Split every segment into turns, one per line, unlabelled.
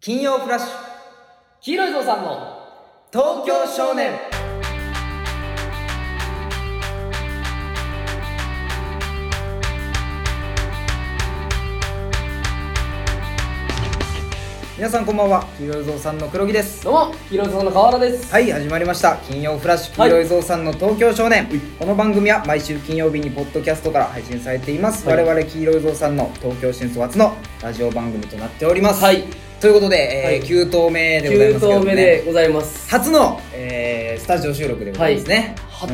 金曜フラッシュ
黄色いぞうさんの
東京少年皆さんこんばんは黄色いぞうさんの黒木です
どうも黄色いぞうの河原です
はい始まりました金曜フラッシュ
は
黄
い
色いぞうさんの東京少年、この番組は毎週金曜日にポッドキャストから配信されています、
はい
我々黄色いぞうさんの東京進出初のラジオ番組となっております、
はい
ということで、えー
はい
9投目でございま
9
すけどね
頭目でございます
初の、えースタジオ収録でございますね、
初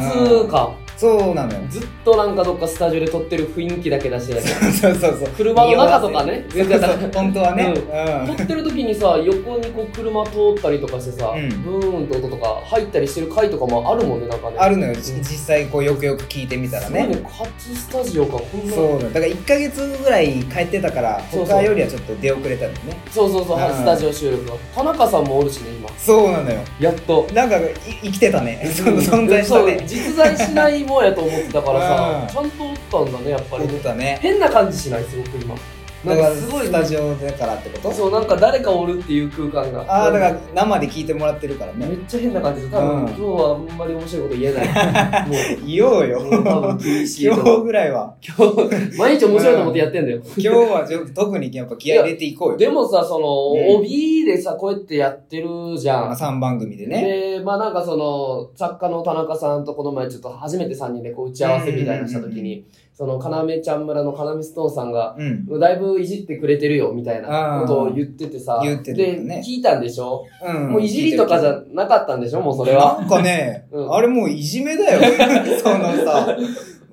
か
そうなのよ
ずっとなんかどっかスタジオで撮ってる雰囲気だけ出してたけ
そうそうそう
車の中とかね
匂わせそうそう本当はね、うん
ど撮ってる時にさ横にこう車通ったりとかしてさ、
うん
ブーンと音とか入ったりしてる回とかもあるもんねなんかね
あるのよ、
うん
じ実際こうよくよく聞いてみたら
すご
ね
いね初スタジオかこんな
そうだだから1か月ぐらい帰ってたから
そうそう
他よりはちょっと出遅れたのね
そうそうそう、はい
うん
スタジオ収録の田中さんもおるしね今
そうなのよ
やっと
なんかい生きてたねその存在した
そう
ね
実在しないもんやと思ってたからさ、ちゃんとおったんだねやっぱ
思
り
ってたね
変な感じしないすごく今
だ
な
から
んかす
す
ご
ごい
い
スタジオだからってこと
そうなんか誰かおるっていう空間が
ああだから生で聞いてもらってるから
め
ね
っちゃ変な感じで多
うん
分、今日はあんまり面白いこと 言えないも
言おうよ
うもう多分厳しい
今
と
日
思う
ぐらいは
今日毎日面白いと思ってやってんだよ、
今日はちょっと特にやっぱ気合い入れていこうよ
でもさその、
うん
帯でさこうやってやってるじゃん、
3番組でね
でまあなんかその作家の田中さんとこの前ちょっと初めて3人でこう打ち合わせみたいなのした時に、その要ちゃん村の要ストーンさんが
うん
だいぶいじってくれてるよみたいなことを言っててさ
うん言ってたよね
で聞いたんでしょ、
うん
もういじりとかじゃなかったんでしょもうそれは
なんかね、
うん
あれもういじめだよ。 そのさ、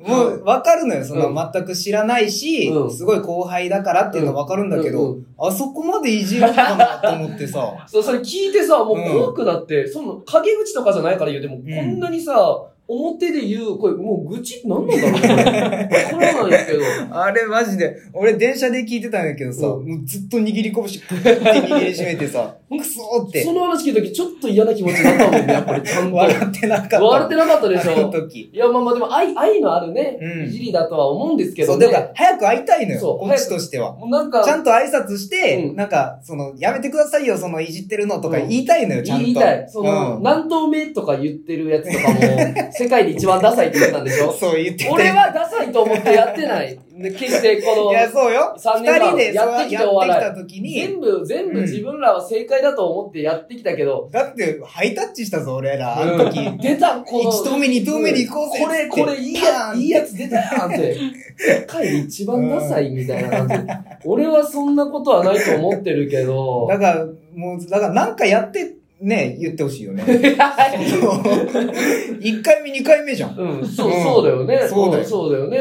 もうわかるのよ。その、
う
全く知らないし、
うん
すごい後輩だからっていうのはわかるんだけど、
うんう。
あそこまでいじるのかなと思ってさ
そうそれ聞いてさもう怖くなって、その陰口とかじゃないから言うても、
ん
こんなにさ表で言うこれもう愚痴って何なんだろうこれわからないで すけど
あれマジで、俺電車で聞いてたんだけどさ、
うん
もうずっと握り拳、グッて握りしめて さ、くそーって
そ、の話聞いた時ちょっと嫌な気持ちになったもんねやっぱりちゃんと
笑ってなかった。
笑ってなかったでし
あの
ょ
時。
いやまあまあでも愛愛のあるね、
うん
いじりだとは思うんですけ
そ
ど
う、
ね
だから早く会いたいのよ、
そう
こっちとしては。
もうなんか
ちゃんと挨拶して、
うん
なんか、その、やめてくださいよ、その、いじってるのとか
うん
言いたいのよ、ちゃんと。
言いたい。その、
うん
何頭目とか言ってるやつとかも、 世界で一番ダサいって言ってたんでしょ
そう言ってて。
俺はダサいと思ってやってない。で決してこ
いや、
の、
そうよ。
3
二
年
人
間
で、そう
や
や
っ
ってて
き
き
たお笑
た時
い。
に、
全部、全部自分らは正解だと思ってやってきたけど、
だって、ハイタッチしたぞ、俺ら、あの時。一
出た、この、
投目、二投目に行こうぜ。
これ、これ、いいや、いいやつ出たやんって。世界で一番ダサいみたいな 感じ。俺はそんなことはないと思ってるけど。
だから、もう、だから、なんかやって、ね、言ってほしいよね。 一回目、二回目じゃん。
うん、そう、そうだよね。
そうだよ
んそうだよね。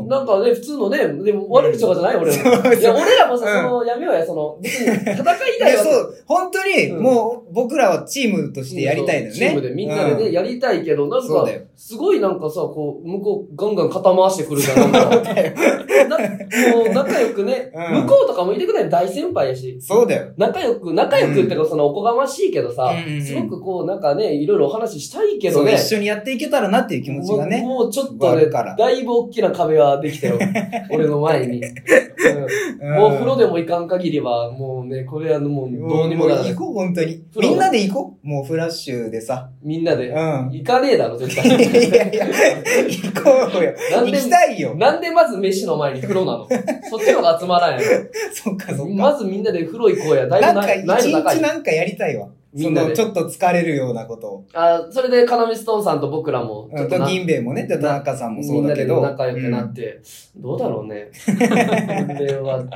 うん
なんかね、普通のね、でも悪口とかじゃない俺 ら。いや、俺らもさ、その、やめようや、その、別に戦
い
いたい
や、
わ け
そう、本当に、
うん
もう、僕らはチームとしてやりたいのよね。
チームで、みんなで
う
ね、やりたいけど、なん
そう
か
だよ、
すごいなんかさ、こう、向こう、ガンガン肩回してくるじゃん。なんかなもう、仲良くね、
うん
向こうとかもいてくれない大先輩やし。
そうだよ。
仲良く、仲良くってか、その、おこがましいけどさ
うんうんうん、
すごくこう、なんかね、いろいろお話ししたいけ
そ
ど
う、
ね。
一緒にやっていけたらなっていう気持ちがね。
もうもうちょっと
あ
ね、
るから
だいぶ大きな壁はで きたよ。俺の前に。うんもう風呂でも行かん限りは、もうね、これはもうどうにもならな
行
い。
こう、本当に。
風呂
みんなで行こう。もうフラッシュでさ。
みんな
う
で。
ん。
行かねえだろ、絶
い やい
対。
やいや、行こうよ。
な
行
んで
きたいよ。
なんでまず飯の前に風呂なのそっちの方が集まらんや
そっかそ
ろ。
っか。
まずみんなで風呂行こうや。だ
ないん
ぶ
か、
難
一
易度高
日
い。
なんかやりたいわ。
み
そ
んな
の、
で
ち。ょっと疲れるようなことを。
あそれで、要ストーンさんと僕らも、
う
ちょ
ん
っとな
銀兵衛もね、田中さんも
み
そ
ん
う
な
だけ
で
ど。
仲良くなって、どうだろ うね。これは、も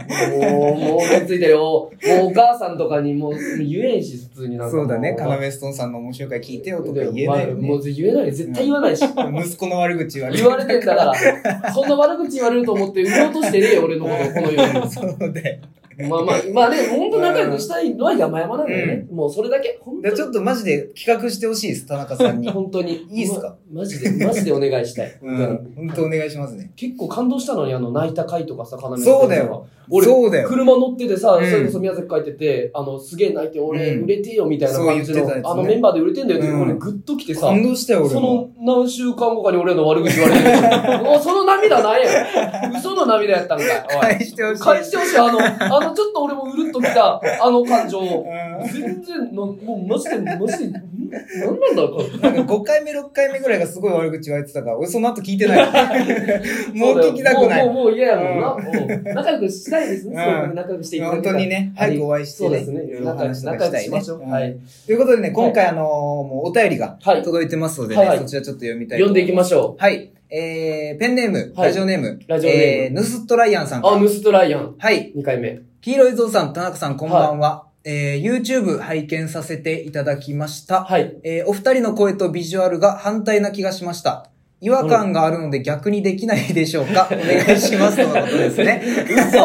う、もう追いついてよ。もうお母さんとかにもう言えんし、普通になん
うん
か。
そうだね、カナ
メ
メストーンさんの面白い回聞いてよとか言えないよ
も
ね。
う言えない。絶対言わないし。
息子の悪口はね。
言われてんだから、そんな悪口言われると思って、売ろうとしてねえよ、俺のこと、この世 に。
そうだよ。
まあまあ、まあね、本当仲良くしたいのは山々なんだよね。もうそれだけ。本当
で
に
ちょっとマジで企画してほしいです、田中さんに。
本当に。
いいっすか
まマジで、マジでお願いしたい。
うん。本当お願いしますね。
結構感動したのに、あの、泣いた回とかさ、要
そうだよ。
俺、
そうだよ。
車乗っててさ、
うん
それこそ宮崎帰ってて、あの、すげえ泣いて、俺、
うん
売れてよ、みたいな感じ
そう言
の、
ってたやつね
あのメンバーで売れてんだよって、
うん
俺、グッと来てさ、
感動したよ、俺
そ
も。
の何週間後かに俺の悪口言われ てる。もうその涙なんや。嘘の涙やったんかい。おい
返してほしい。
返してほしい。あの、あの今ちょっと俺もうるっときた、あの感情。
うん
全然、のもうマジで、マジで、んなんなんだろう、こ
なんか5回目、6回目ぐらいがすごい悪口言われてたから、俺その後聞い てない。
れ
もう聞きたくない。
もう、もうもう嫌やもんな。もう仲良くしたいです
う
ね。
ん
すごく仲良くしていただ
本
けた
当
ら
にね、
あり
早くお会いして、ね、
そうですね
い。ろいろお
仲良
話
く
とかし
仲良
た
く
い
し
ね
ましょう。。
うん
はい。
ということでね、今回あのーもうお便りが
はい。
届いてますのでね、
はい
そちらちょっと読みたいと
読ん
思い
で
ます
いきましょ
はい。えー、ペンネーム、
はい
ラジオネーム、
ラジオネーム
えー、ヌスットライアンさん
う。あ、
から。
ヌストライアン。
はい。
2回目。
黄色いぞうさん、田中さん、こんばんは。えー、YouTube 拝見させていただきました。
はい。
えー、お二人の声とビジュアルが反対な気がしました。違和感があるので逆にできないでしょうかお願いします。とのことです ね。
嘘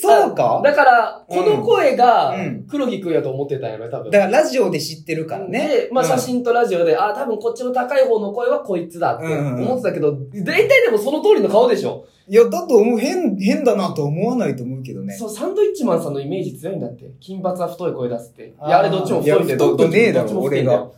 そうか
だから、この声が
うん、
黒木くんやと思ってたんやろ、多分。
だからラジオで知ってるからね。
で、まあ
うん
写真とラジオで、ああ、多分こっちの高い方の声はこいつだって思ってたけど、大体でもその通りの顔でしょ、
いや、だと思う、変、変だなとは思わないと思うけどね。
そう、サンドイッチマンさんのイメージ強いんだって。金髪は太い声出すって。い
あー
や、あれどっちも太いんだよ。
いや
ど
太くねえだろ
どっちも太いんだよ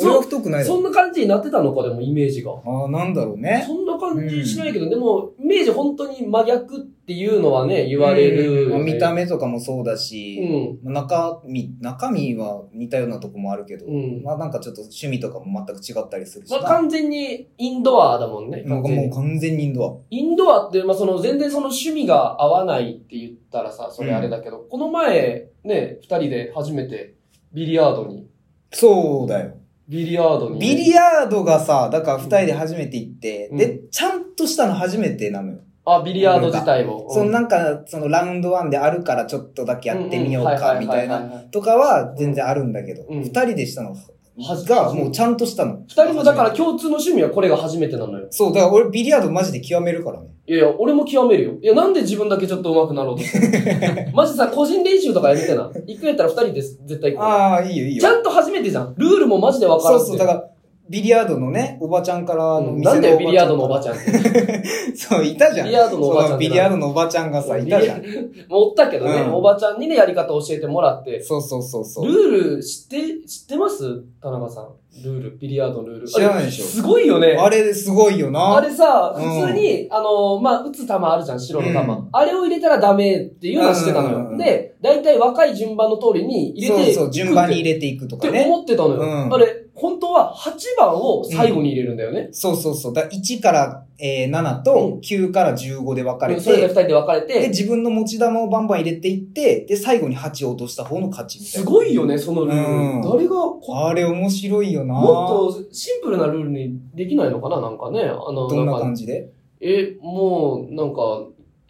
俺は太くないだ
そ
ろ。
んな感じになってたのか、でもイメージが。
ああ、なんだろうね。
そんな感じしないけど、でも、イメージ本当に真逆っていうのはね、言われる、
うんまあ見た
目。
目とかもそうだし、
うん。
まあ中身、中身は似たようなとこもあるけど、
うん
まあなんかちょっと趣味とかも全く違ったりするし
ま
な。
あ、完全にインドアだもんね。
なんか
完全に
もう完全にインド
インドアって、まあ、その全然その趣味が合わないって言ったらさ、それあれだけど、この前、ね、二人で初めてビリヤードに、
ア。そうだよ。
ビリヤードにね、
ビリヤードがさ、だから二人で初めて行って、
うん
で、ちゃんとしたの初めてなのよ。
あ、ビリヤード自体を。
そのな
な
んか、そのラウンドワンであるからちょっとだけやってみようか、みたいな。
な。
とかは全然あるんだけど、
う
二、
ん
人でしたの
はじ
が、もうちゃんとしたの。
二人もだから共通の趣味はこれが初めてなのよ。
そう、だから俺ビリヤードマジで極めるからね。
いやいや、俺も極めるよ。いや、なんで自分だけちょっと上手くなろうとし てるマジさ、個人練習とかやめてな。行くんやったら二人です、絶対行くから。
ああ、いいよいいよ。
ちゃんと初めてじゃん。ルールもマジで分から
そ
ん
う
って
そう、だから、ビリヤードのね、おばちゃんから、あの、
うんなんだよ、ビリヤードのおば
ち
ちゃんって。
ゃん。そう、いたじ
ビ
ゃん。
リヤードのおば
そ
ちゃん
う
って
ビ
なんだよ。
リヤードのおばちゃんがさ、いたじゃん。
もうおったけどね、
うん
おばちゃんにね、やり方教えてもらって。
そうそうそうそう。
ルール知って、知ってます田中さん。ルール、ビリヤードのルール。
知らないでし
あ
ょ
れすごいよね。
あれすごいよな。
あれさ、
うん
普通に、あのー、まあ、打つ球あるじゃん、白の球。
うん
あれを入れたらダメっていうのは知ってたの
うんうんう
よ。
ん
で、だいたい若い順番の通りに入れて、
そうそう、順番に入
れ
れていくと
って
か
って
ね。
思ってたのよ。
うん
あれ、本当は8番を最後に入れるんだよね。
そうそうそう。だから1から、えー、7と9から15で分かれ
でそれで2
て、
人で分かれ
で、
て、
自分の持ち球をバンバン入れていって、で、最後に8を落とした方の勝ちみたいな。
すごいよね、そのルー
うん
ル。誰がこ、
あれ面白いよな。
もっとシンプルなルールにできないのかななんかね。あの、
どんな
なんか
感じで
え、もう、なんか、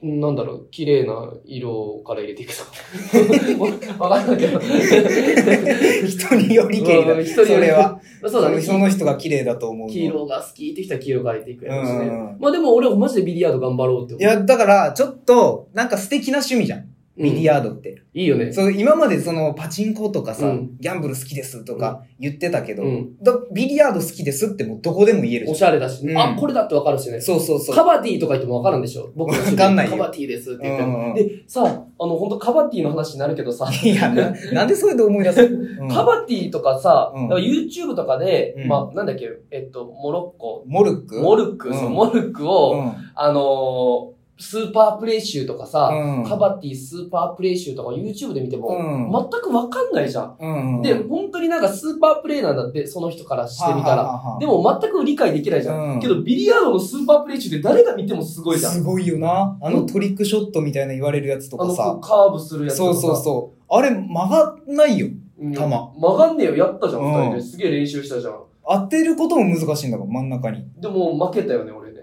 なんだろう、綺麗な色から入れていくとか。 わかんないけど。
人によりけりだ。
うん
それは。
そうだね。
その人が綺麗だと思うの。
黄色が好きって人は黄色から入れていくやろうし
う
ね。
ん
まあでも俺はマジでビリヤード頑張ろうって思う。
いや、だから、ちょっと、なんか素敵な趣味じゃん。
うん、
ビリヤードって。
いいよね。
そう、今までその、パチンコとかさ、
うん
ギャンブル好きですとか言ってたけど、
うん
だビリヤード好きですってもうどこでも言えるじ
おしゃれだし、
うん
あ、これだってわかるし
ゃ
ね
ん。。そうそうそう。
カバティとか言ってもわかるんでしょ僕の趣味
わかんないよ
カバティですって言って
うんうん
も。で、さ、あの、本当カバティの話になるけどさ、
いや、ななんでそれで思い出すの、うん
カバティとかさ、
うん
だから YouTube とかで、
うん
まあ、なんだっけ、えっと、モロッコ、
モルック
モ
ル
ルック、
うん
そうモルックを、
うん
あのースーパープレイ集とかさ、
うん
カバティスーパープレイ集とか YouTube で見ても、
うん
全くわかんないじゃん。
うんうん
で、本当になんかスーパープレイなんだって、その人からしてみた
は
ら。
ははは
でも全く理解できないじゃん。
うん
けど、ビリヤードのスーパープレイ集って誰が見てもすごいじゃん。
すごいよな。あのトリックショットみたいな言われるやつと
あ
か
の、こ
さ
う。カーブするやつと
そ
か
う
さ。
そうそう。あれ曲がんないよ。
うん
球
曲がんねえよ。やったじゃん、
うん
二人で。すげえ練習したじゃん。
当てることも難しいんだから、真ん中に。
でも、負けたよね、俺ね。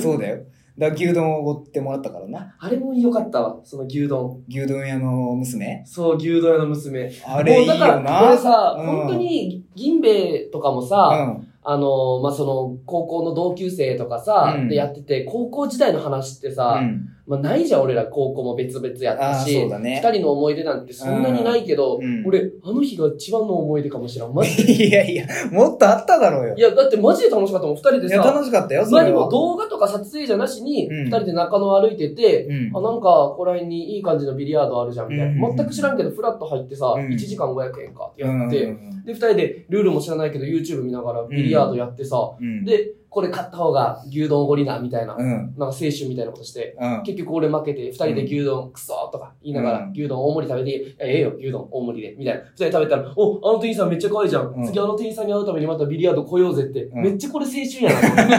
そうだよ。だから牛丼をおごってもらったからな。
あれも良かったわ、その牛丼。
牛丼屋の娘。
そう、牛丼屋の娘。
あれいいよ
もうだから、
な。
俺さ、
うん
本当に、銀兵衛とかもさ、
うん。
あの、まあ、その、高校の同級生とかさ、
うん
でやってて、高校時代の話ってさ、
うん
まあ、ないじゃん、俺ら高校も別々やっ
あ
た
あ、
し、
そう
二、
だね。
人の思い出なんてそんなにないけど、
うん
俺、あの日が一番の思い出かもしれん。マジで。
いやいや、もっとあっただろうよ
い。や、だってマジで楽しかったもん、二人で
いや、
さ。
楽しかったよ、そ
何
れ
も
は。
動画とか撮影じゃなしに、
うん
二人で中野歩いてて、
うん
あ、なんか、ここら辺にいい感じのビリヤードあるじゃん、みたいな。
うん
全く知らんけど、フラッと入ってさ、
うん
1時間500円かって
う
や
ん
って、で、二人でルールも知らないけど、YouTube 見ながらビリヤードやってさ、
うん、
で、これ買った方が牛丼おごりな、みたいな、なんか
うん。
青春みたいなことして、
うん。
結局俺負けて、二人で牛丼クソーとか言いなが
う
ら
ん、
牛丼大盛り食べて、いやええよ、牛丼大盛りで、みたいな。二人食べたら、お、あの店員さんめっちゃ可愛いじゃ
うん
ん。次あの店員さんに会うためにまたビリヤード来ようぜって。
うん
めっちゃこれ青春や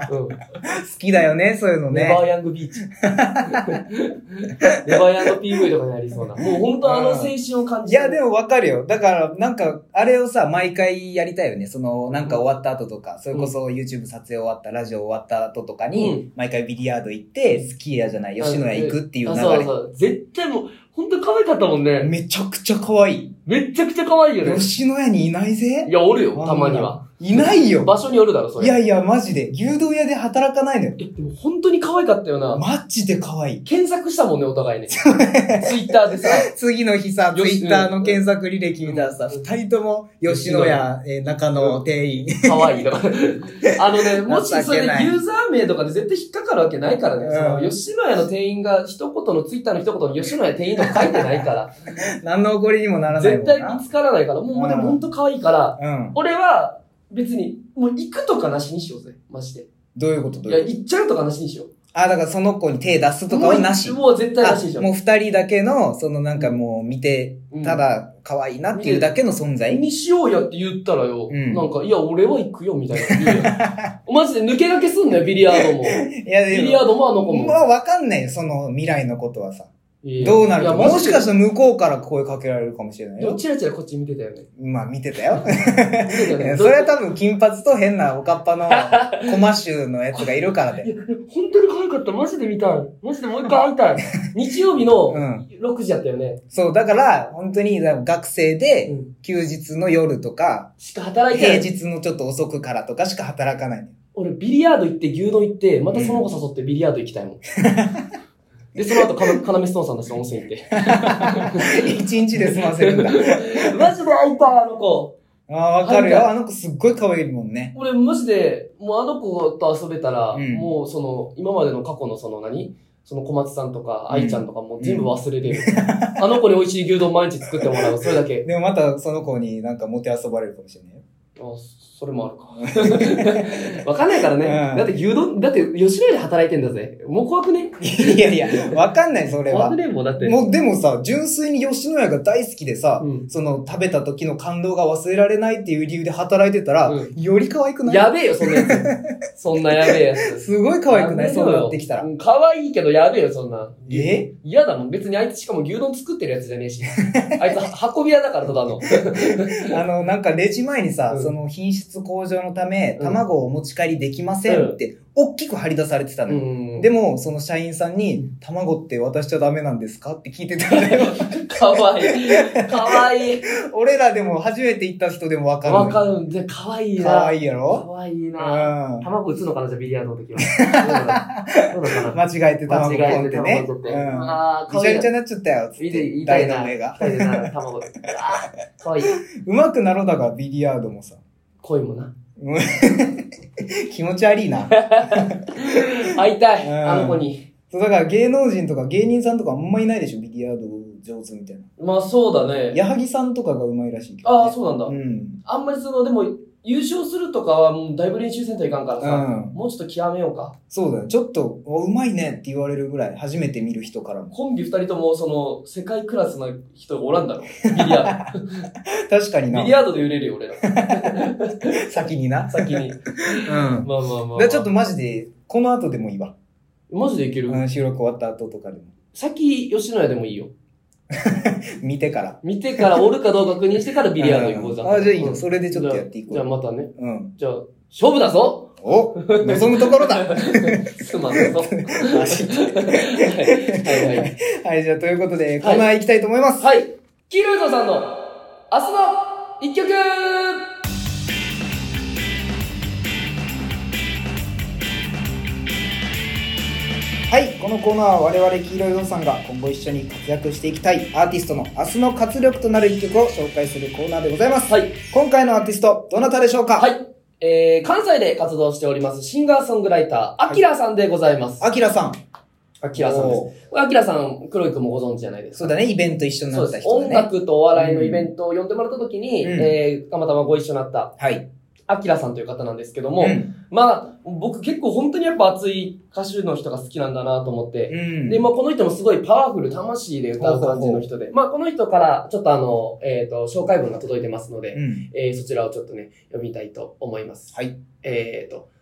な と思って。うん
好きだよね、そういうの
ネ
ね
バ。ーヤン グビーチ。ネバーヤング PV とかになりそうな。もう本当あの青春を感
い
じる。
や、でもわかるよ。だから、なんか、あれをさ、毎回やりたいよね。その、なんか終わった後とか、それこそ YouTube 撮影終わった、ラジオ終わった後とか
う
に、毎回ビリヤード行って、スキーヤじゃない、吉野家行くっていう
あ
流
そう
れ。
そう。絶対もう、本当可愛かったもんね。
めちゃくちゃ可愛い。
めっちゃくちゃ可愛いよね。
吉野家にいないぜ
いや、おるよ、たまには。。
いないよ。
場所によるだろ、それ。
いやいや、マジで。牛丼屋で働かないのよ。
え、でも本当に可愛かったよな。
マジで可愛い。
検索したもんね、お互いね。ツイッターでさ。
次の日さ、ツ
よし
イッターの検索履歴見たらさ、
うん
二人とも吉野家、えー中野店員。
可愛い とか。あのね、もしそれ
情け
で
ない
ユーザー名とかで絶対引っかかるわけないからね。
うん
その吉野家の店員が一言のツイッターの一言に吉野家店員とか書いてないから。
何の怒りにもならないも
絶
ん
対
な
見。つからないから、もう、
うん
でも本当可愛いから、
うん。
俺は別に、もう行くとかなしにしようぜ、マジで。
どういうことど
いうや、
いうこ
行っちゃうとかなしにしよう。
とあ、だからその子に手出すとかはなし。
もう絶対なしでし
あ
ょ。
もう二人だけの、そのなんかもう見て、
うん
た、だ可愛いなっていうだけの存在。
にしようやって言ったらよ、
うん
なんか、いや、俺は行くよ、みたいな言 うよ。マジで抜け駆けすんなよ、ビリヤードも。ビ
いや、
リ
で
ヤ
も、
ードもあの子も
ま。あわかんないよ、その未来のことはさ。
いや
どうなる
い
か。
や
もしかしたたら向こうから声かけられるかもしれない
でも
よ。
チラチラこっち見てたよ ね。
まあ見てたよ。
見てたよ
いや
ね。
それは多分金髪と変なおかっぱのコマ集のやつがいるから
い
で。
や、本当に可愛かった。マジで見たい。マジでもう一回 会いたい。日曜日の
うん
6時やったよね。
そう、だから本当に学生で
うん
休日の夜とか、
しか働いてな
平
い。
日のちょっと遅くからとかしか働かない。
俺、ビリヤード行って、牛丼行って、またその子誘ってビリヤード行きたいもん。で、その後、かな、かなめストーンさんたちと温泉行って。
一日で済ませるん だ。
マジで会いたい、あの子。
ああ、わかるよ。
は
あの子すっごい可愛いもんね。
俺、マジで、もうあの子と遊べたら、
うん
もう、その、今までの過去のその何その小松さんとか、
うん
愛ちゃんとかもう全部忘れれる。あの子に美味しい牛丼毎日作ってもらう、それだけ。
でもまたその子になんかもてあそばれるかもしれないよ。
あそれもあるか。わかんないからね。
うん
だって牛丼、だって吉野家で働いてんだぜ。もう怖くね
いやいや、わかんない、それ
怖
は
く。ねもうだって。
もうでもさ、純粋に吉野家が大好きでさ、
うん
その食べた時の感動が忘れられないっていう理由で働いてたら、
うん
より可愛くない
やべえよ、そんなや つ。そんなやべえやつ。
すごい可愛くない
や
そう
めろよ
なってきたら
う。ん可愛いけどやべえよ、そんな。
え
嫌だもん。別にあいつしかも牛丼作ってるやつじゃね えし。あいつは運び屋だから、ただの。
あの、なんかレジ前にさ、
うん
その品質向上のため、
うん
卵をお持ち帰りできませんって、大きく張り出されてたのよ。
うん。
で
も、
も、その社員さんに、卵って渡しちゃダメなんですかって聞いてたんだよ。
かわいい。かわいい。
俺らでも初めて行った人でもわかる。
わかるんで、かわいいな。
かわい
い。
いや
か
ろ
わいいうな。
ん。
卵打つのかな、じゃあビリヤードの 時は。そうだそうだか
間違えて
な。
卵
間違
ポ
え
ンってて
卵
ね。
取って。
うん。
ああ、
び
かわ
ちゃ
いい
びち
な
ゃ。になっちゃったよ、つっ
見て、言
て。
いたい
大
な。
の目が。
痛いな、卵。ああ、かわいい。
うまくなろうだが、ビリヤードもさ。
恋もな。
うん気持ち悪いな。
会いたい、
うん
あの子に。
そう、だから芸能人とか芸人さんとかあんまいないでしょ、ビリヤード上手みたいな。
まあそうだね。
矢作さんとかがうまいらしいけど、
ああ、
う
そうなんだ。
ん。
あんまりその、でも、優勝するとかはもうだいぶ練習せんといかんからさ、
うん
もうちょっと極めようか。
そうだよ。ちょっと、おうまいねって言われるぐらい、初めて見る人からも。
コンビ二人とも、その、世界クラスな人がお らんだろ。ビリヤー
確かに
ド。
な
ビリ、ヤードで売れるよ、俺ら。
先にな。
先に。
うん。
まあまあまあ、ま
だ
あ。
からちょっとマジで、この後でもいいわ。
マジでいける、
うん、収録終わった後とかでも。
先、吉野家でもいいよ。
見てから。
見てから、おるかどうか確認してからビリヤード行こうじゃん。
あ、じゃあいいよ。
ん
それでちょっとやっていこ
じゃあ
う。
またね。
うん。
じゃあ、勝負だ ぞ
お望むところだ
すまんぞ。
マジで
はいはいはい。
はい、じゃあということで、コーナー行きたいと思います。
はい。キルトさんの明日の一曲
はい、このコーナーは我々黄色いゾさんが今後一緒に活躍していきたいアーティストの明日の活力となる一曲を紹介するコーナーでございます。
はい。
今回のアーティスト、どなたでしょうか
はい。えー、関西で活動しておりますシンガーソングライター、アキラさんでございます。
アキラさん。
アキラさんです。
おー
これアキラさん、黒井くんもご存知じゃないですか。
そうだね、イベント一緒に
そ
な
う
っ
で
た
す。
人だ
音
ね。
楽とお笑いのイベントを呼んでもらった時に、
うん
えー、たまたまご一緒になった、
はい。
アキラさんという方なんですけども、
うん
まあ、僕結構本当にやっぱ熱い歌手の人が好きなんだなと思って。
うん。
で、まあこの人もすごいパワフル、魂で歌う感じの人で。まあこの人からちょっとあの、えっ、と、紹介文が届いてますので、
うん。
えーそちらをちょっとね、読みたいと思います。
はい。
えっ、と、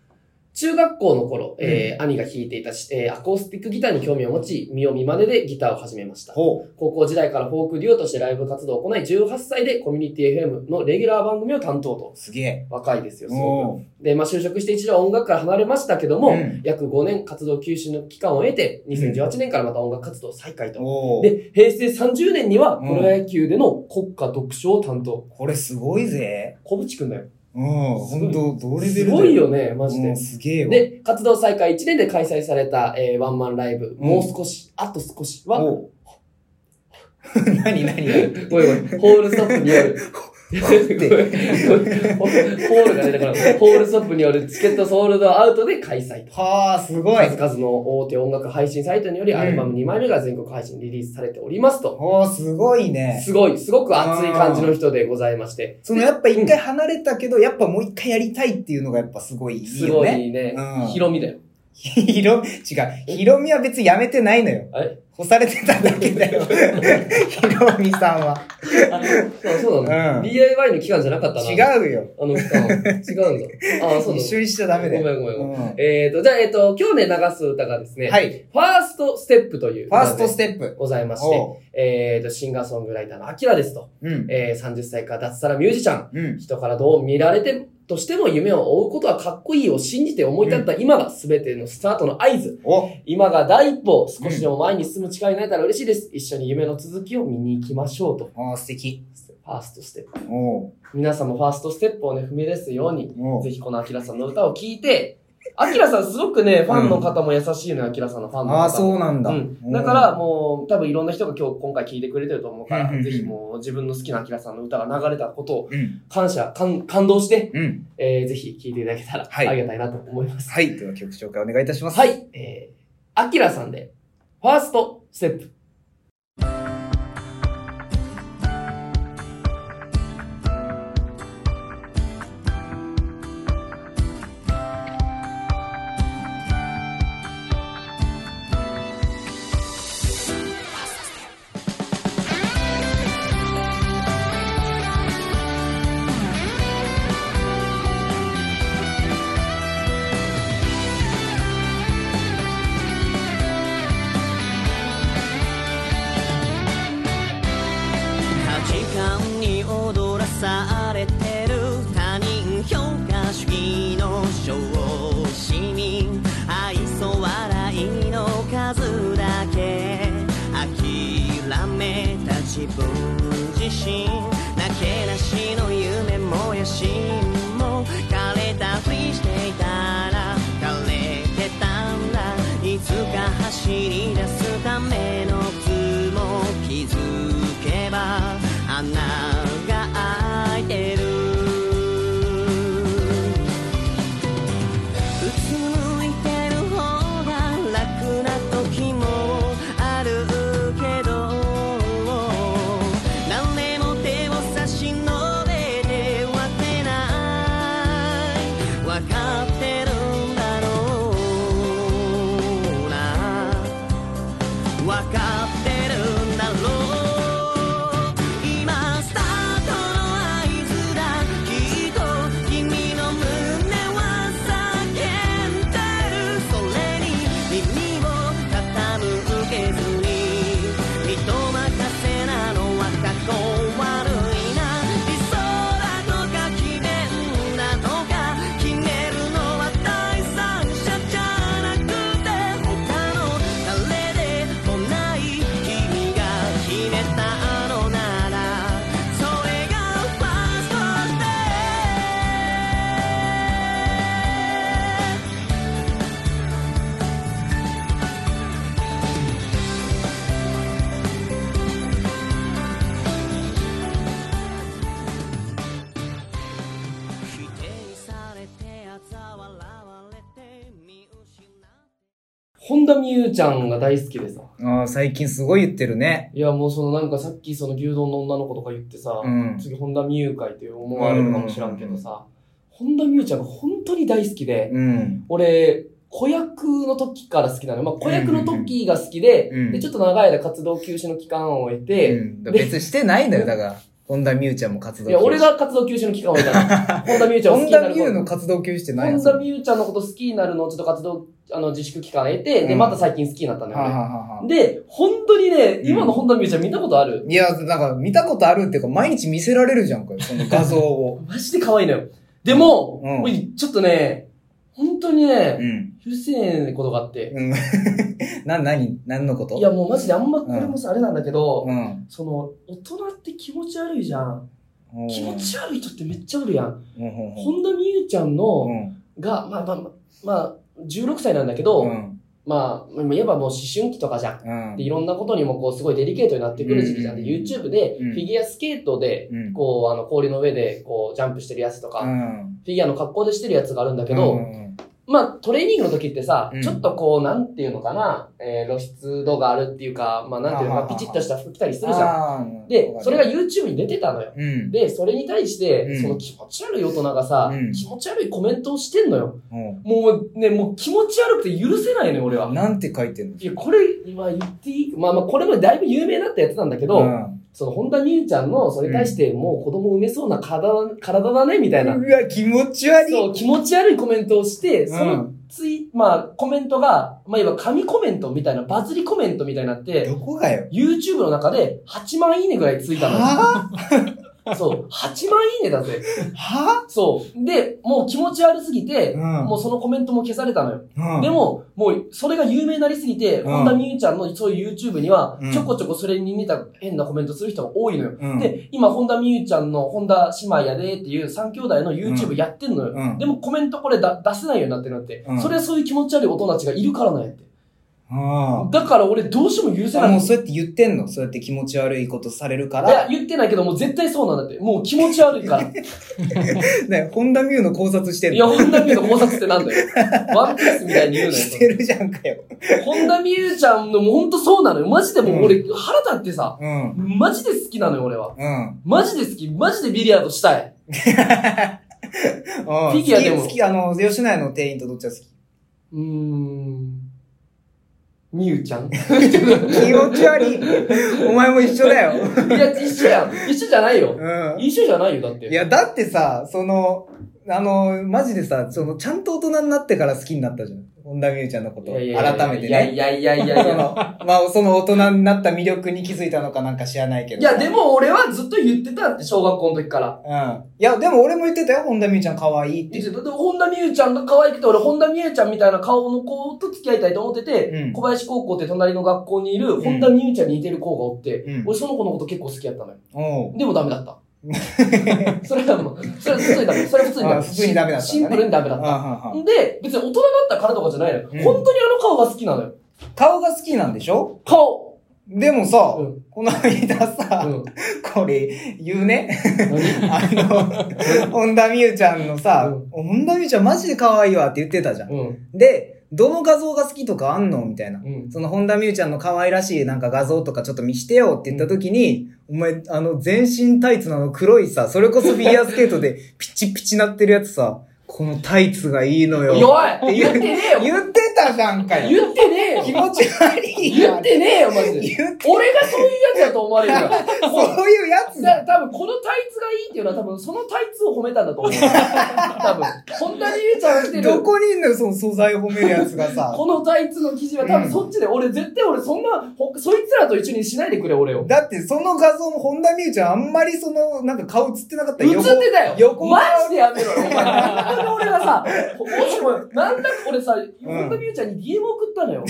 中学校の頃、えー兄が弾いていたし、えーアコースティックギターに興味を持ち、身を見まねでギターを始めました。
ほう。
高校時代からフォークデュオとしてライブ活動を行い、18歳でコミュニティ FM のレギュラー番組を担当と。
すげえ。
若いですよ、すご
おう。
く。で、まあ、就職して一度は音楽から離れましたけども、
うん
約5年活動休止の期間を得て、2018年からまた音楽活動を再開と。
おう。
で、平成30年には、
うん
プロ野球での国家独唱を担当。
これすごいぜ。
小渕くんだよ。
うん。ほんと、同レベル
す
だ
ごい。よね、マジ
う
で
ん、。すげえよ。
で、活動再開1年で開催された、えーワンマンライブ、
うん
もう少し、あと少しは、
おう。 何何何
ごめんごめんホールストップによる。
て
ホールが出てこないホールストップによるチケットソールドアウトで開催と。
はあ、すごい。
数々の大手音楽配信サイトにより、
うん
アルバム2枚目が全国配信リリースされておりますと。
おー、すごいね。
すごい、すごく熱い感じの人でございまして。
そのやっぱ一回離れたけど、やっぱもう一回やりたいっていうのがやっぱすごいいい
す
よ
ご
ね。
いね
うん、
ヒロミだよ。
ひろ、違う。ひろみは別にやめてないのよ。
え
干されてただけだよ。ひろみさんは。
あ そうそうな
う
の。
ん
DIY の期間じゃなかったな。
違
う。
うよ。
あの期間。違うんだ。あ、 そうなの。
一緒にしちゃダメだ
ご
よ。
めんごめんごめ
う
ん。
ん
えーと、じゃあ、えっ、と、今日ね、流す歌がですね、
はい。
ファーストステップという、
ファーストス
テ
テップ。
ございまして、
おう。
えーと、シンガーソングライターのアキラですと、
うん。
えー、30歳から脱サラミュージシャン、
うん。
人からどう見られて、としても夢を追うことはかっこいいを信じて思い立った今が全てのスタートの合図。
お、
今が第一歩、少しでも前に進む力になれたら嬉しいです。一緒に夢の続きを見に行きましょうと。
おー素敵。
ファーストステップ。
おう。
皆さんもファーストステップをね、踏み出すように、
おう
ぜひこのアキラさんの歌を聴いて、アキラさんすごくね、ファンの方も優しいのよ、アキラさんのファンの方も。
ああ、そうなんだ。
うん、だからもう多分いろんな人が今日今回聞いてくれてると思うか
うんうんう
ら、
ん
ぜひもう自分の好きなアキラさんの歌が流れたことを
うん、うん。
感謝、感感動して、
うん。
えー、ぜひ聞いていただけたら
はい
ありがたいなと思います。
はい。では曲紹介お願いいたします。
はい、えー、アキラさんで、ファーストステップ。
価値観に踊らされてる他人評価主義の常市民愛想笑いの数だけ諦めた自分自身なけなしの夢も野心も枯れたふりしていたら枯れてたらいつか走り出すための靴も気づけば穴が開いてるうつむいてる方が楽な時もあるけど誰も手を差し伸べては出ないわかってるんだろうな分かってるんだろう今スタートの合図だきっと君の胸は叫んでるそれに耳を傾けずに人任せなのは過去悪いな理想だとか決めんだとか決めるのは第三者じゃなくて他の誰でもない君が決めたのならそれがファーストステップ否定されて嘲笑われて見失って
本田美優ちゃんが大好きでさ。
ああ、最近すごい言ってるね。
いやもうそのなんかさっきその牛丼の女の子とか言ってさ、
うん。
次本田美優会って思われるかもしらんけどさ、本田望結ちゃんが本当に大好きで、
うん。
俺、子役の時から好きなの。まあ、子役の時が好きで、
うんうんうん
で、ちょっと長い間活動休止の期間を終えて、
うん別にしてないんだよ、だから。本田美優ちゃんも活動
いや、俺が活動休止の期間を終えた ら、本田美優ちゃんを好
本
きに
田
なる
美
頃
優の活動休止してないや
本
つ。
田美優ちゃんのこと好きになるのをちょっと活動、あの、自粛期間得て、
う
で、
ん
また最近好きになったんだ
はあ
よ
は
ね。
あはあは
で、本当にね、
うん
今の本田美優ちゃん見たことある
あいや、なんか見たことあるっていうか、毎日見せられるじゃんかよ、その画像を。
マジで可愛いのよ。でも、
うん
もうちょっとね、本当に
う
ね、
ん。
許せないことがあって。
うん。 な、なに、何のこと
いや、もうマジであんま、これもさ、あれなんだけど、
うん。
その、大人って気持ち悪いじゃん。
うん
気持ち悪い人ってめっちゃおるやん。
うんうんうん
本田美優ちゃんの、
うん
が、まあまあまあ、まあ、16歳なんだけど、
うん
まあ、まあいえばもう思春期とかじゃん。
うん
でいろんなことにもこうすごいデリケートになってくる時期じゃん。で、
うんうんうん
YouTube で
う
フ
ん
ィギュアスケートで、
うん
こう、あの、氷の上で、こう、ジャンプしてるやつとか、
う
フ
ん
ィギュアの格好でしてるやつがあるんだけ
う
ど、
んうん
まあ、トレーニングの時ってさ
う、ん
ちょっとこう、なんていうのかな、えー露出度があるっていうか、まあ、なんていうの
あ
か、
ー
ピチッとした服着たりするじゃん。
あー
で
わか、る
それが YouTube に出てたのよ。
うん
で、それに対し
う
て、
ん
その気持ち悪い大人がさ
うん、
気持ち悪いコメントをしてんのよ。
う
もうね、もう気持ち悪くて許せないのよ、俺は
ん。。なんて書いてんの
いや、これ、今言っていいまあまあ、これもだいぶ有名だったやつなんだけど、
うん
その、本田美優ちゃんの、それに対して、もう子供産めそうな体、体だね、みたいな。
うわ、気持ち悪い
そう、気持ち悪いコメントをして、その
ん、
ツイ、まあ、コメントが、まあ、いわば神コメントみたいな、バズりコメントみたいになって、
どこがよ
YouTube の中で8万いいねぐらいついたのよ。
は
そう、8万いいねだぜ。
ぁは
そう。で、もう気持ち悪すぎて、
うん
もうそのコメントも消されたのよ。
ぁ
で、も、もう、それが有名になりすぎて、
うん
本田美優ちゃんのそういう YouTube には
うん、
ちょこちょこそれに似た変なコメントする人が多いのよ。
うん
で、今、本田美優ちゃんの本田姉妹やでっていう3兄弟の
う
YouTube やってんのよ。
うん
でもコメントこれだ出せないようになってるなって、
うん
それはそういう気持ち悪い大人たちがいるからなんやって。
は
だから俺どうしても許せ
ぁ
ない。
もう
い
そうやって言ってんのそうやって気持ち悪いことされるから。
や、言ってないけど、もう絶対そうなんだって。もう気持ち悪 いから。
ね、本田美優の考察してん
い
の
や、本田美優の考察ってなん だよ。ワンピースみたいに言うのよ
し
そ
て
れ。
るじゃんかよ。
本田美優ちゃんのもうほんとそうなのよ。マジでもう俺腹立ってさ、
うん。
マジで好きなのよ、俺は。
うん。
マジで好き。マジでビリヤードしたい。
フ
ィギュアでも
好き、好きあの、吉野家の店員とどっちが好き
うーん。みゆちゃんい
気持ち 悪い。お前も一緒だよ。
や、一緒やん。一緒じゃないよ。
うん。
一緒じゃないよ、だって。
いや、だってさ、その、あの、マジでさ、その、ちゃんと大人になってから好きになったじゃん。本田美優ちゃんのこと。
いやいやいや、
改めて
いやい
ね。
やいやいやい
そ
や。
の、まあ、その大人になった魅力に気づいたのかなんか知らないけど。
いや、でも俺はずっと言ってたって、小学校の時から。
うん。いや、でも俺も言ってたよ。本田美優ちゃん可愛いって。
で、本田美優ちゃんが可愛くて、俺、本田美優ちゃんみたいな顔の子と付き合いたいと思ってて、
うん
小林高校って隣の学校にいる、
ん
本田美優ちゃんに似てる子がおって、
うん
俺、その子のこと結構好きやったのよ。
おう
でもダメだった。 それはもう、それは普通にダメ。それは普通にダメ。
あ普通にダメだったんだね
シンプルにダメだ
あ
っ
は
た。
んはん
で、別に大人になったからとかじゃないのよ。
うん
本当にあの顔が好きなのよ。
顔が好きなんでしょ
顔
でもさ、
うん
この間さ、
うん。
これ言うね。
何
あの、本田美優ちゃんのさ、
うん
本田美優ちゃんマジで可愛いわって言ってたじゃん。
うん。
で、どの画像が好きとかあんのみたいな。
うん。
その本田美優ちゃんの可愛らしいなんか画像とかちょっと見してよって言った時に、お前、あの、全身タイツのあの黒いさ、それこそフィギュアスケートで ピチピチなってるやつさ、このタイツがいいのよ。
弱い言ってねえよ
言ってたじゃんかよ。
言ってねえよ
気持ち悪い
言
や
っ
ん。
てねえよ、マジで。
言っ
俺がそういうやつだと思われるか ら。
そういうやつだ。
だ多分このタイツがいいっていうのは多分そのタイツを褒めたんだと思う。多分。本田美優ちゃんが着てる。
どこにいんのよ、その素材褒めるやつがさ。
このタイツの生地は多
うん
分そっちで、俺絶対俺そんな、ほそいつらと一緒にしないでくれ、俺を。
だってその画像も本田美優ちゃんあんまりその、なんか顔映ってなかった
映ってたよ
横
マジでやめろ よ、お前。本当に俺がさ、もしも、なんだか俺さ、本田美優ちゃんに DM 送ったのよ。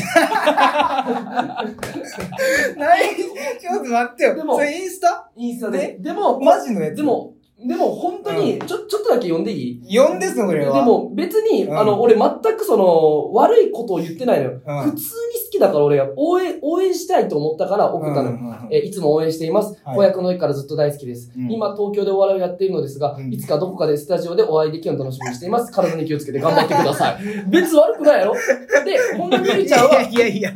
ない。ちょっと待ってよ。
でも
それインスタ
インスタ
ね
で。でも、
マジのやつ。
で、も、でも本当に、ちょ、ちょっとだけ読んでいい
呼んですの、これ
で
は。
も別に、
うん
あの、俺全くその、悪いことを言ってないのよ。
うん
普通に好きだから俺が応援、応援したいと思ったから送ったのよ。
の
えーいつも応援しています。
はい
子役の駅からずっと大好きです。
うん
今、東京でお笑いをやっているのですが、
うん
いつかどこかでスタジオでお会いできるのを楽しみにしています。体に気をつけて頑張ってくださ い。別悪くないやろで、本田美優ちゃんは、
いやいやいや。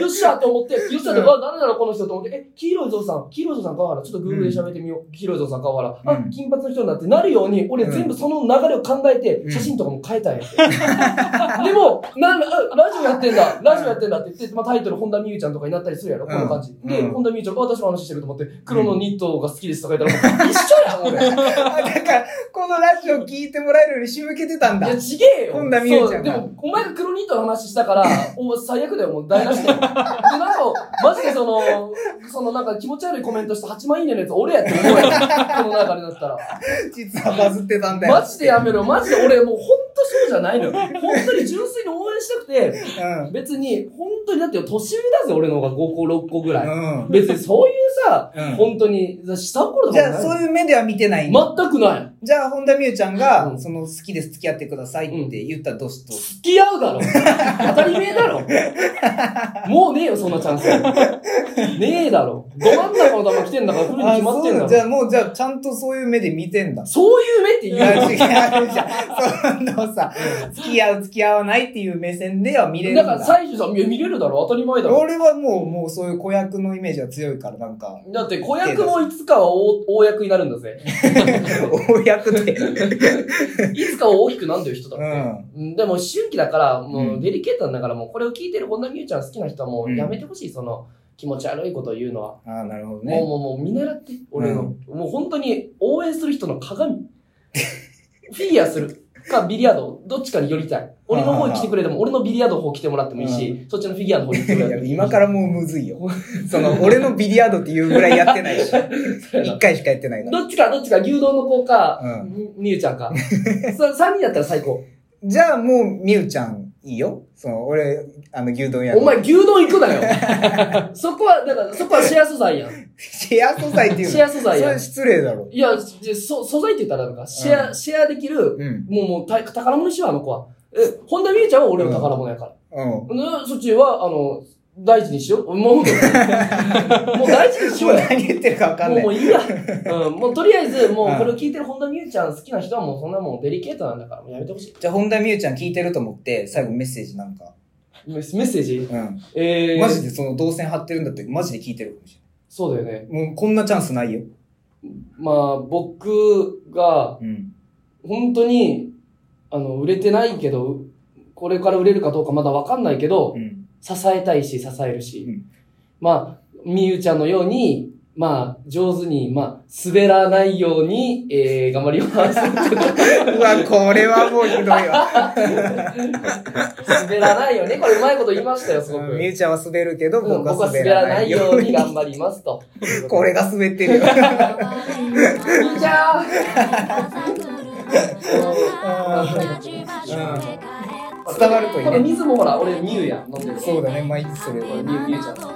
よっしゃと思って、よっしゃって、わ、誰なのこの人と思って、え、黄色いぞうさん、黄色いぞうさん川原、ちょっとグーグルで喋ってみよう。黄色いぞうさん川原、あ
う、ん
金髪の人になってなるように、俺
うん
全部その流れを考えて
う、ん
写真とかも変えたんやって。でも、なんあラジオやってんだ、ラジオやってんだって言って、まあ、タイトル、本田美優ちゃんとかになったりするやろ、この感じ。
うん
で、
うん
本田美優ちゃん、あ私も話してると思って、黒のニットが好きですとか言ったら、 もう一緒やん、俺。
あだから、このラジオ聞いてもらえるように仕向けてたんだ
いや、。ちげえよ。
本田望結ちゃん
そうで
が
も、お前が黒ニットの話した から、お前最悪だよ、もう台無しだよ。で、なんか、マジでその、そのなんか気持ち悪いコメントした8万いいねのやつ俺やって思うやん。この流れだったら。
実はバズってたんだよ。
マジでやめろ、マジで俺もうほんとそうじゃないのよ。ほんとに純粋に応援したくて、
うん。
別に、ほんとにだってよ年上だぜ、俺の方が5個、6個ぐらい。
うん。
別にそういうさ、
うん
ほんとに、下心
じ
とか
ゃあ、
も
そ
な
う
い。
いう目では見てない。
全くない。
じゃあ、本田美優ちゃん
う
が、
ん
その、好きです、付き合ってくださいって言ったらどうしどうす
付き合うだろ当たり前だろもうねえよ、そんなチャンス。ねえだろ。ど真ん中の球来てんだから、古いに
あ
決まって
そうなんんじ
だ
ゃ
ろ。
あ、もう、じゃあ、ちゃんとそういう目で見てんだ。
そういう目って
い
言
や、
う
違
の
う、違う。じゃんそのさ、付き合う、付き合わないっていう目線では見れるん
だ
だ。
から、最初さん、いや見れるだろ、当たり前だろ。
俺はもう、もうそういう子役のイメージが強いから、なんか、
だって、子役もいつかは大大役になるんだぜ。
公役で。
いつかは大きくなんだよ、人だっ
う
て。
ん。
うんでも、思春期だから、も
う
う、
ん
デリケートなんだから、もう、これを聞いてる本田美優ちゃん好きな人はもう、
うん
やめてほしい、その、気持ち悪いことを言うのは。
ああ、なるほど
もう
ね。
もうもう見習って、俺の。もう本当に応援する人の鏡。フィギュアするかビリヤード、どっちかに寄りたい。俺の方に来てくれても、俺のビリヤードの方来てもらってもいいし、そっちのフィギュアの方に来て
い
もらっ
や
てもいいし。
今からもうむずいよ。その、俺のビリヤードっていうぐらいやってないし。一回しかやってないから。
どっちか、どっちか、牛丼の子か
う、
みゆち ゃんか。そ三人だったら最高。
じゃあもう、みゆちゃん、いいよ。その、俺、あの、牛丼屋の。
お前、牛丼行くなよ。そこは、だから、そこはシェア素材やん。
シェア素材っていうの。
シェア素材や
それ失礼だろ。
いや、そ素材って言ったらなんか、シェア、シェアできる、
うん。
もう、もう、た宝物にしよう、あの子は。え、本田美優ちゃんは俺の宝物やから。
うん。
ね、そっちは、あの、大事にしよう。 もう、もう大事にし
今
よう
日
よ。
何言ってるかわかん
も
な
うも
い。
うい いや。うん、もうとりあえず、も
う
うんこれを聞いてる本田美優ちゃん好きな人はもうそんなもんデリケートなんだから、もうやめてほしい。
じゃあ、本田美優ちゃん聞いてると思って、最後メッセージなんか。
メッセージ
うん。
えー、
マジでその、動線張ってるんだって、マジで聞いてるかもし
そうだよね。
れない。もう、こんなチャンスないよ。
まあ、僕が、
うん。
本当に、あの、売れてないけど、これから売れるかどうかまだわかんないけど、
うん。
支えたいし、支えるし、
うん
まあ、みゆちゃんのように、まあ、上手に、まあ、滑らないように、えー、頑張りま す。
うわ、これはもうひどいわ。
滑らないよね。これ、うまいこと言いましたよ、すごく。
みゆちゃんは滑るけど、
うん
僕
僕
は
は
滑
滑
ら
ら
な
ないい
よ
よ
う
う
に
に。頑張りますと。
これが滑ってるよ。
みゆちゃん
伝わるといい
この
ね。
水もほら、俺、みゆやん、飲んで る。
そうだね、毎日それ
これ
は。
みゆみゆちゃん。
伝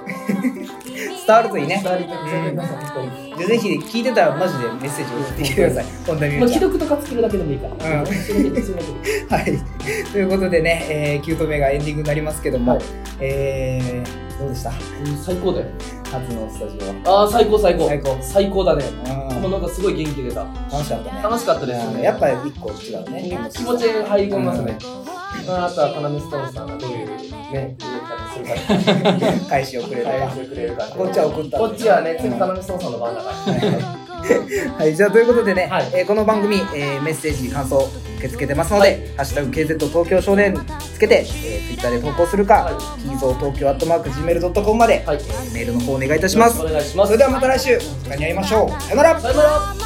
わるといいね。
二人とも喋ります本当に
じゃあぜひ聞いてたらマジでメッセージ送ってきてください。本田美
ま
優
あ、既
ちゃん。
読とかつけるだけでもいいから。
うん
それだけそれだけで
はい。ということでね、えー、キュート目がエンディングになりますけども、
はい
えー、どうでした
うん最高だよ。
初のスタジオは。
ああ、最高、最高。
最高
最高だね。も
う
うんなんかすごい元気出た。
楽しかったね。
楽しかったです
うん
ね。
やっぱり一個違うね。
気持ち入り込みますね。
うん
ああとは、要ストーンさんがどういうね、動き方するか
返しをくれた
対応
ら
し。てくれるか。
こっちは送ったんで
こっちはね、次、要ストーンさんの番だから。
はい、じゃあということでね、
はい
えーこの番組、えーメッセージ、感想受け付けてますので、ハッシュタグ KZ 東京少年つけて、えー、Twitter で投稿するか、
はい
キーゾー東京アットマーク Gmail.com まで、
はい。
メールの方お願いいたします。
お願いします。
それではまた来週、他に会いましょう。さよなら
さよなら